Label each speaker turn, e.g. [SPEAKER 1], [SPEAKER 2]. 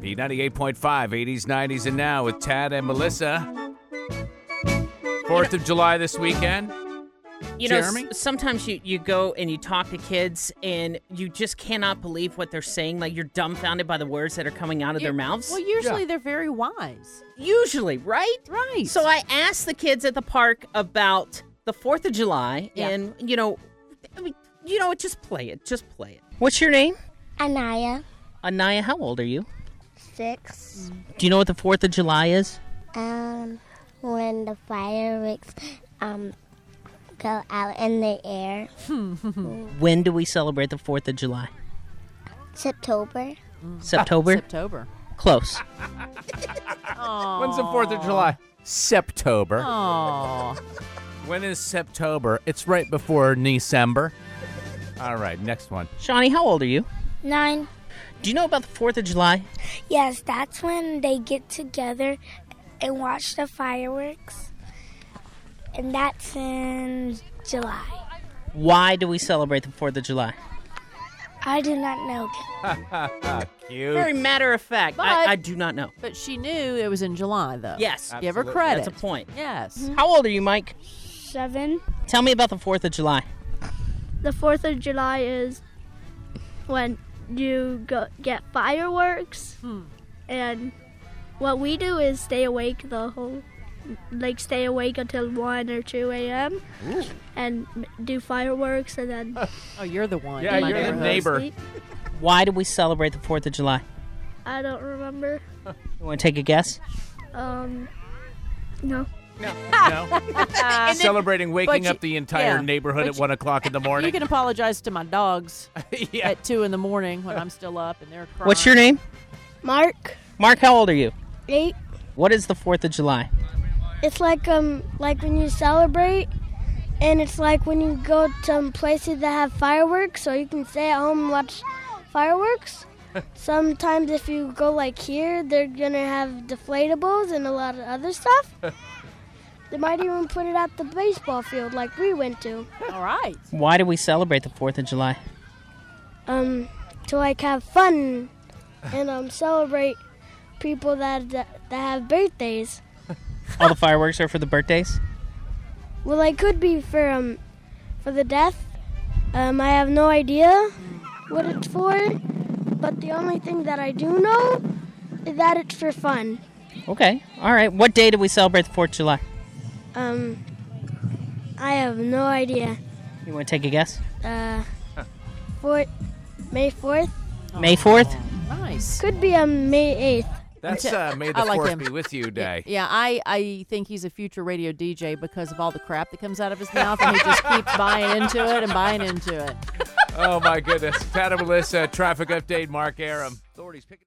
[SPEAKER 1] B98.5, 80s, 90s, and now with Tad and Melissa. Fourth of July this weekend.
[SPEAKER 2] you know, s-
[SPEAKER 1] Jeremy?
[SPEAKER 2] sometimes you, you go and you talk to kids and you just cannot believe what they're saying. Like you're dumbfounded by the words that are coming out of their mouths.
[SPEAKER 3] Well, usually they're very wise.
[SPEAKER 2] usually, right?
[SPEAKER 3] Right.
[SPEAKER 2] So I asked the kids at the park about the 4th of July
[SPEAKER 3] Yeah.
[SPEAKER 2] and, you know, I mean, you know, what, just play it. Just play it.
[SPEAKER 4] What's your name?
[SPEAKER 5] Anaya,
[SPEAKER 2] Anaya, how old are you?
[SPEAKER 5] six.
[SPEAKER 2] Do you know what the 4th of July is?
[SPEAKER 6] Mm.
[SPEAKER 5] Um, when the fireworks um go out in the air,
[SPEAKER 2] When do we celebrate the 4th of July?
[SPEAKER 5] September,
[SPEAKER 2] September?
[SPEAKER 3] September.
[SPEAKER 2] Close.
[SPEAKER 1] When's the Fourth of July? September.
[SPEAKER 3] Oh,
[SPEAKER 1] When is September? It's right before December. All right, next one.
[SPEAKER 2] Shawnee, how old are you?
[SPEAKER 5] nine.
[SPEAKER 2] Do you know about the 4th of July?
[SPEAKER 6] Yes, that's when they get together and watch the fireworks. And that's in July.
[SPEAKER 2] Why do we celebrate the 4th of July?
[SPEAKER 6] I do not know.
[SPEAKER 1] Cute.
[SPEAKER 2] Very matter of fact.
[SPEAKER 3] But-
[SPEAKER 2] I, I do not know.
[SPEAKER 3] but she knew it was in July though.
[SPEAKER 2] Yes.
[SPEAKER 3] Give her credit.
[SPEAKER 2] That's a point. Mm-hmm.
[SPEAKER 3] Yes.
[SPEAKER 2] How old are you, Mike?
[SPEAKER 6] Seven.
[SPEAKER 2] Tell me about the 4th of July.
[SPEAKER 6] The 4th of July is when you go, get fireworks. And what we do is stay awake the whole like stay awake until 1 or 2 a.m. and do fireworks and then
[SPEAKER 3] Oh, you're the one.
[SPEAKER 1] Yeah,
[SPEAKER 3] in my
[SPEAKER 1] you're the
[SPEAKER 3] neighborhood.
[SPEAKER 1] neighbor.
[SPEAKER 6] sleep.
[SPEAKER 2] Why do we celebrate the 4th of July?
[SPEAKER 6] I don't remember.
[SPEAKER 2] You want to take a guess?
[SPEAKER 6] Um, no.
[SPEAKER 1] No? Celebrating waking
[SPEAKER 3] you-
[SPEAKER 1] up the entire
[SPEAKER 3] yeah.
[SPEAKER 1] neighborhood
[SPEAKER 3] But
[SPEAKER 1] at one o'clock in the
[SPEAKER 3] You
[SPEAKER 1] morning.
[SPEAKER 3] can apologize to my dogs
[SPEAKER 1] yeah.
[SPEAKER 3] at two in the morning when I'm still up and they're crying.
[SPEAKER 2] What's your name?
[SPEAKER 6] Mark
[SPEAKER 2] Mark, how old are you?
[SPEAKER 6] eight.
[SPEAKER 2] What is the 4th of July?
[SPEAKER 6] It's like um like when you celebrate, and it's like when you go to um, places that have fireworks, so you can stay at home and watch fireworks. Sometimes if you go like here, they're gonna have deflatables and a lot of other stuff. They might even put it at the baseball field like we went to.
[SPEAKER 3] All right.
[SPEAKER 2] Why do we celebrate the 4th of July?
[SPEAKER 6] um, to like have fun and um, celebrate people that, that that have birthdays.
[SPEAKER 2] All the fireworks are for the birthdays?
[SPEAKER 6] Well, I could be for um for the death. Um, I have no idea what it's for, but the only thing that I do know is that it's for fun.
[SPEAKER 2] Okay. All right. What day do we celebrate the 4th of July?
[SPEAKER 6] Um, I have no idea.
[SPEAKER 2] You want to take a guess?
[SPEAKER 6] Uh, for May fourth
[SPEAKER 2] May 4th?
[SPEAKER 3] Nice.
[SPEAKER 6] could be um May eighth.
[SPEAKER 1] That's uh, May the
[SPEAKER 3] I like
[SPEAKER 1] Fourth
[SPEAKER 3] him.
[SPEAKER 1] be with you day.
[SPEAKER 3] Yeah, I, I think he's a future radio DJ because of all the crap that comes out of his mouth, and he just keeps buying into it and buying into it.
[SPEAKER 1] Oh my goodness. Pat and Melissa, traffic update. Mark Aram. Authorities picking.